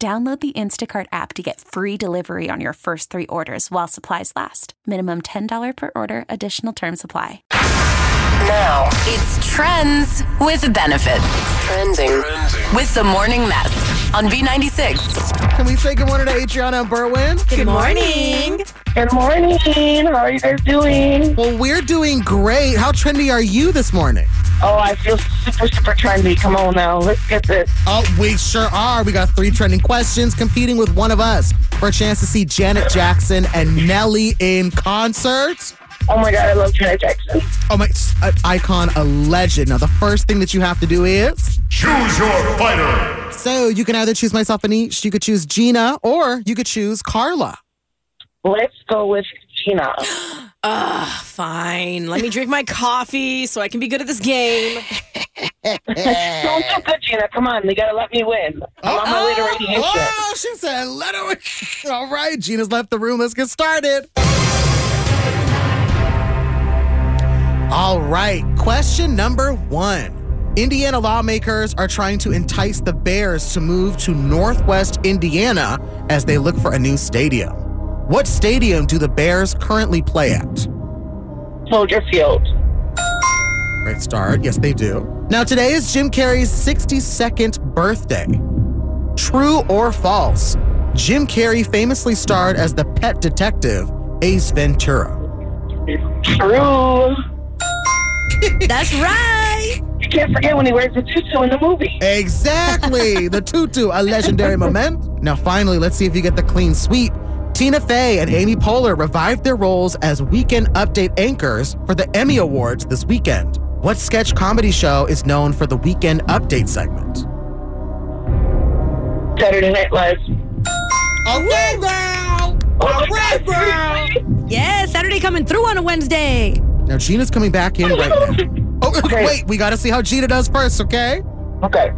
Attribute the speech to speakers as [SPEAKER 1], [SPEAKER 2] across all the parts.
[SPEAKER 1] Download the Instacart app to get free delivery on your first three orders while supplies last. Minimum $10 per order, additional term supply.
[SPEAKER 2] Now it's Trends with Benefits. Trending, with the Morning Mess on B96.
[SPEAKER 3] Can we say good morning to Adriana and Berwin?
[SPEAKER 4] Good morning.
[SPEAKER 5] Good morning. How are you guys doing?
[SPEAKER 3] Well, we're doing great. How trendy are you this morning?
[SPEAKER 5] Oh, I feel super, super trendy. Come on now. Let's get this.
[SPEAKER 3] Oh, we sure are. We got three trending questions competing with one of us for a chance to see Janet Jackson and Nelly in concert.
[SPEAKER 5] Oh my God, I love Janet Jackson.
[SPEAKER 3] Oh my, an icon, a legend. Now, the first thing that you have to do is
[SPEAKER 6] Choose your fighter.
[SPEAKER 3] so you can either choose myself and each, you could choose Gina, or you could choose Carla.
[SPEAKER 5] Let's go with Gina.
[SPEAKER 4] Ugh, fine. Let me drink my coffee so I can be good at this game.
[SPEAKER 5] Don't do good, Gina. Come on. They got to let me win. I'm on my way to radiation.
[SPEAKER 3] Oh, she said, let her. All right, Gina's left the room. Let's get started. All right, question number one. Indiana lawmakers are trying to entice the Bears to move to Northwest Indiana as they look for a new stadium. What stadium do the Bears currently play at?
[SPEAKER 5] Soldier Field.
[SPEAKER 3] Great start. Yes, they do. Now, today is Jim Carrey's 62nd birthday. True or false? Jim Carrey famously starred as the pet detective Ace Ventura.
[SPEAKER 5] True.
[SPEAKER 4] That's right.
[SPEAKER 5] You can't forget when he wears the tutu in the movie.
[SPEAKER 3] Exactly. the tutu, a legendary moment. Now, finally, let's see if you get the clean sweep. Tina Fey and Amy Poehler revived their roles as weekend update anchors for the Emmy Awards this weekend. What sketch comedy show is known for the weekend update segment?
[SPEAKER 5] Saturday Night Live.
[SPEAKER 3] Okay, now.
[SPEAKER 5] Oh my God, seriously?
[SPEAKER 4] Yes, Saturday coming through on a Wednesday.
[SPEAKER 3] Now Gina's coming back in right now. Oh,
[SPEAKER 5] Okay.
[SPEAKER 3] wait, we gotta see how Gina does first, okay?
[SPEAKER 5] Okay.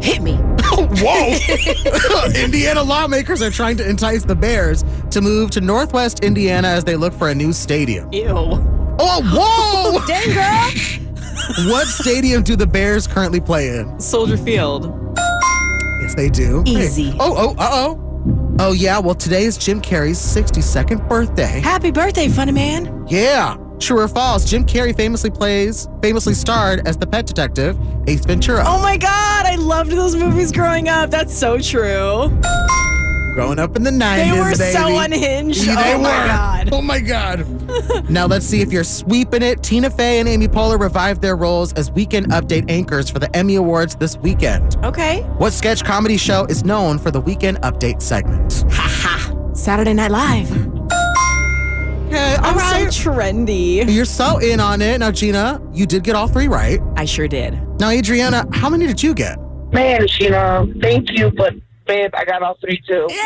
[SPEAKER 4] Hit me.
[SPEAKER 3] Whoa! Indiana lawmakers are trying to entice the Bears to move to Northwest Indiana as they look for a new stadium.
[SPEAKER 4] Ew.
[SPEAKER 3] Oh,
[SPEAKER 4] Dang, girl.
[SPEAKER 3] whoa! what stadium do the Bears currently play in?
[SPEAKER 4] Soldier Field.
[SPEAKER 3] Yes, they do.
[SPEAKER 4] Easy.
[SPEAKER 3] Oh, oh, uh oh. Oh, yeah, well, today is Jim Carrey's 62nd birthday.
[SPEAKER 4] Happy birthday, funny man.
[SPEAKER 3] Yeah. True or false, Jim Carrey famously plays, famously starred as the pet detective, Ace Ventura.
[SPEAKER 4] Oh my God. I loved those movies growing up. That's so true.
[SPEAKER 3] Growing up in the 90s.
[SPEAKER 4] They were
[SPEAKER 3] baby.
[SPEAKER 4] so unhinged.
[SPEAKER 3] Yeah, they
[SPEAKER 4] oh my
[SPEAKER 3] were.
[SPEAKER 4] God.
[SPEAKER 3] Oh my God. now let's see if you're sweeping it. Tina Fey and Amy Poehler revived their roles as weekend update anchors for the Emmy Awards this weekend.
[SPEAKER 4] Okay.
[SPEAKER 3] What sketch comedy show is known for the weekend update segment?
[SPEAKER 4] Saturday Night Live.
[SPEAKER 3] Okay, all
[SPEAKER 4] I'm
[SPEAKER 3] right.
[SPEAKER 4] so trendy.
[SPEAKER 3] You're so in on it. Now, Gina, you did get all three right.
[SPEAKER 4] I sure did.
[SPEAKER 3] Now, Adriana, how many did you get?
[SPEAKER 5] Man, Gina, thank you, but babe, I got all three too.
[SPEAKER 4] You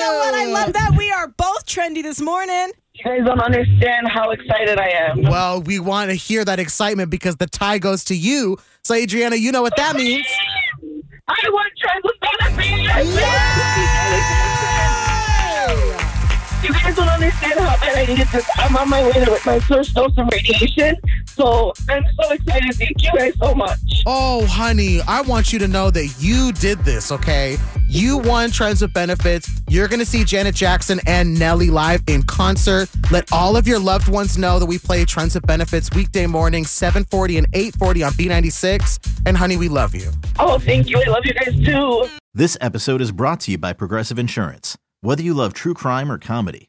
[SPEAKER 4] know what? I love that. We are both trendy this morning.
[SPEAKER 5] You guys don't understand how excited I am.
[SPEAKER 3] Well, we want to hear that excitement because the tie goes to you. So, Adriana, you know what that means.
[SPEAKER 5] I want trends with benefits. You guys don't understand how bad I needed this. I'm on my way to my first dose of radiation, so I'm so excited. Thank you guys so much.
[SPEAKER 3] Oh, honey, I want you to know that you did this, okay? You won Trends with Benefits. You're going to see Janet Jackson and Nelly live in concert. Let all of your loved ones know that we play Trends with Benefits weekday morning, 740 and 840 on B96. And honey, we love you.
[SPEAKER 5] Oh, thank you. I love you guys too.
[SPEAKER 7] This episode is brought to you by Progressive Insurance. Whether you love true crime or comedy,